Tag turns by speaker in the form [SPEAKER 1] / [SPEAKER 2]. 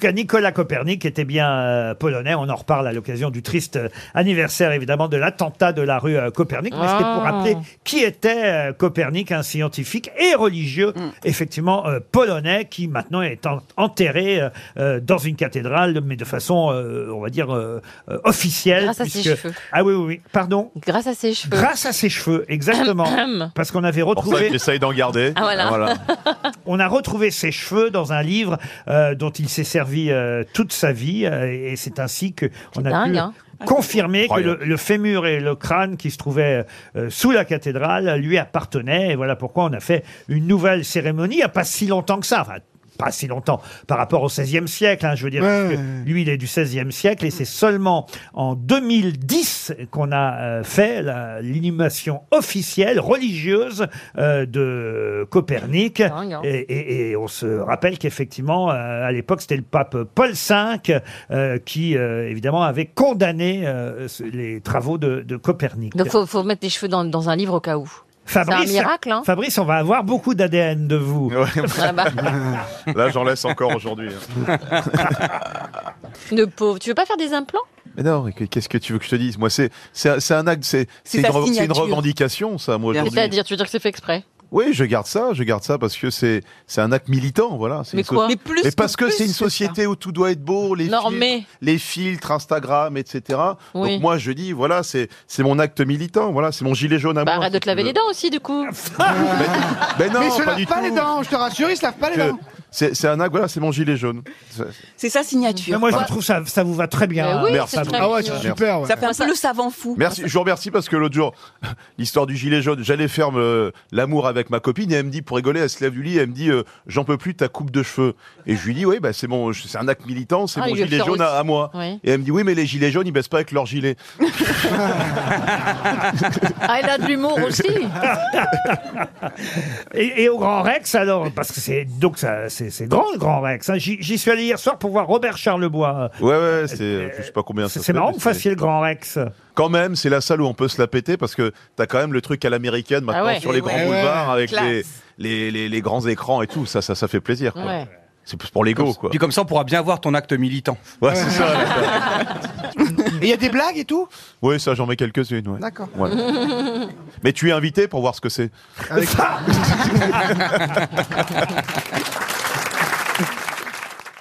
[SPEAKER 1] cas, Nicolas Copernic était bien euh, polonais. On en reparle à l'occasion du triste euh, anniversaire, évidemment, de l'attentat de la rue euh, Copernic. Mais c'était pour
[SPEAKER 2] Ah.
[SPEAKER 1] rappeler qui était euh, Copernic, un scientifique et religieux,
[SPEAKER 3] Mm.
[SPEAKER 1] effectivement, euh, polonais, qui maintenant est en- enterré euh, euh, dans une cathédrale, mais de façon, euh, on va dire, euh, euh, officielle.
[SPEAKER 3] Grâce à ses cheveux. Euh.
[SPEAKER 1] Ah oui, oui, oui. Pardon
[SPEAKER 3] Grâce à ses cheveux.
[SPEAKER 1] Grâce à ses cheveux, exactement. Parce qu'on avait
[SPEAKER 4] Pour ça,
[SPEAKER 1] retrouvé...
[SPEAKER 4] j'essaye d'en garder.
[SPEAKER 3] Ah, voilà.
[SPEAKER 1] On a retrouvé ses cheveux dans un livre euh, dont il s'est servi euh, toute sa vie, euh, et c'est ainsi que on a
[SPEAKER 3] dingue,
[SPEAKER 1] pu
[SPEAKER 3] hein.
[SPEAKER 1] confirmer que le,
[SPEAKER 4] Incroyable.
[SPEAKER 1] le fémur et le crâne qui se trouvaient euh, sous la cathédrale lui appartenaient. Et voilà pourquoi on a fait une nouvelle cérémonie. Il n'y a pas si longtemps que ça. Enfin, pas si longtemps par rapport au XVIe siècle, hein, je veux dire, parce que lui il est du XVIe siècle et c'est seulement en 2010 qu'on a euh, fait la- l'inhumation officielle religieuse euh, de Copernic.
[SPEAKER 3] dingue, hein.
[SPEAKER 1] Et, et- et on se rappelle qu'effectivement, euh, à l'époque, c'était le pape Paul V euh, qui, euh, évidemment, avait condamné euh, ce- les travaux de, de Copernic.
[SPEAKER 3] Donc faut, faut mettre les cheveux dans, dans un livre au cas où.
[SPEAKER 5] Ah bah
[SPEAKER 1] Fabrice,
[SPEAKER 3] c'est un miracle, hein.
[SPEAKER 1] Fabrice, on va avoir beaucoup d'ADN de vous.
[SPEAKER 3] Ah bah,
[SPEAKER 4] Là, j'en laisse encore aujourd'hui. hein.
[SPEAKER 3] le pauvre. Tu veux pas faire des implants
[SPEAKER 4] Mais non, mais que- qu'est-ce que tu veux que je te dise Moi, c'est c'est un- c'est un acte, c'est c'est une,
[SPEAKER 6] sa
[SPEAKER 4] re- c'est une
[SPEAKER 6] signature.
[SPEAKER 4] revendication, ça, moi, aujourd'hui.
[SPEAKER 3] C'est-à-dire, tu veux dire que c'est fait exprès
[SPEAKER 4] Oui, je garde ça, je garde ça parce que c'est c'est un acte militant, voilà. C'est
[SPEAKER 3] Mais
[SPEAKER 4] une so-
[SPEAKER 3] quoi
[SPEAKER 6] Mais plus.
[SPEAKER 4] Mais parce que
[SPEAKER 6] plus
[SPEAKER 4] c'est une
[SPEAKER 6] ça.
[SPEAKER 4] société où tout doit être beau, les
[SPEAKER 3] Normé.
[SPEAKER 4] filtres, les filtres Instagram, etc.
[SPEAKER 3] Oui.
[SPEAKER 4] Donc moi je dis voilà c'est c'est mon acte militant, voilà c'est mon gilet jaune à
[SPEAKER 3] Bah
[SPEAKER 4] moi,
[SPEAKER 3] arrête de
[SPEAKER 4] ah si
[SPEAKER 3] te
[SPEAKER 4] tu
[SPEAKER 3] laver
[SPEAKER 4] veux.
[SPEAKER 3] les dents aussi du coup.
[SPEAKER 4] Mais, mais non,
[SPEAKER 5] Mais ils se
[SPEAKER 4] pas
[SPEAKER 5] lavent
[SPEAKER 4] du
[SPEAKER 5] pas
[SPEAKER 4] tout.
[SPEAKER 5] les dents, je te rassure, ils se lavent pas les
[SPEAKER 4] Que-
[SPEAKER 5] dents.
[SPEAKER 4] C'est c'est un acte, voilà c'est mon gilet jaune. C'est-
[SPEAKER 6] C'est sa signature.
[SPEAKER 1] Mais moi, je trouve ça, ça vous va très bien. hein,
[SPEAKER 3] Mais Eh oui,
[SPEAKER 4] Merci.
[SPEAKER 3] c'est
[SPEAKER 4] Ah
[SPEAKER 3] très
[SPEAKER 5] Ah ouais,
[SPEAKER 3] mignon.
[SPEAKER 5] c'est super. ouais.
[SPEAKER 6] Ça fait un peu le savant fou.
[SPEAKER 4] Merci, je vous remercie parce que l'autre jour, l'histoire du gilet jaune, j'allais faire euh, l'amour avec ma copine et elle me dit, pour rigoler, elle se lève du lit, elle me dit, euh, j'en peux plus de ta coupe de cheveux. Et je lui dis, oui, bah, c'est mon, c'est un acte militant, c'est
[SPEAKER 3] Ah,
[SPEAKER 4] mon
[SPEAKER 3] il le
[SPEAKER 4] gilet
[SPEAKER 3] fait
[SPEAKER 4] jaune à,
[SPEAKER 3] aussi.
[SPEAKER 4] à moi.
[SPEAKER 3] Oui.
[SPEAKER 4] Et elle me dit, oui, mais les gilets jaunes, ils baissent pas avec leur gilet.
[SPEAKER 3] Ah elle a de l'humour aussi.
[SPEAKER 1] Et, et au Grand Rex, alors, parce que c'est donc ça, c'est c'est grand le Grand Rex. hein. J'y j'y suis allé hier soir pour voir Robert Charlebois.
[SPEAKER 4] Ouais, ouais, c'est, je sais pas combien ça
[SPEAKER 1] Euh, C'est
[SPEAKER 4] se
[SPEAKER 1] c'est
[SPEAKER 4] fait,
[SPEAKER 1] marrant
[SPEAKER 4] mais
[SPEAKER 1] que vous
[SPEAKER 4] c'est-
[SPEAKER 1] fassiez le Grand Rex.
[SPEAKER 4] Quand même, c'est la salle où on peut se la péter parce que t'as quand même le truc à l'américaine maintenant
[SPEAKER 3] Ah ouais.
[SPEAKER 4] sur les
[SPEAKER 6] Eh
[SPEAKER 4] grands
[SPEAKER 5] ouais.
[SPEAKER 4] boulevards avec
[SPEAKER 6] Classe.
[SPEAKER 4] les, les, les, les grands écrans et tout. Ça, ça, ça fait plaisir, quoi.
[SPEAKER 3] Ouais.
[SPEAKER 4] C'est plus pour l'ego, quoi.
[SPEAKER 7] Puis comme ça, on pourra bien voir ton acte militant.
[SPEAKER 4] Ouais, c'est ça.
[SPEAKER 5] Et il y a des blagues et tout
[SPEAKER 4] Oui, ça, j'en mets quelques-unes. ouais.
[SPEAKER 5] D'accord.
[SPEAKER 4] Voilà. Mais tu es invité pour voir ce que c'est.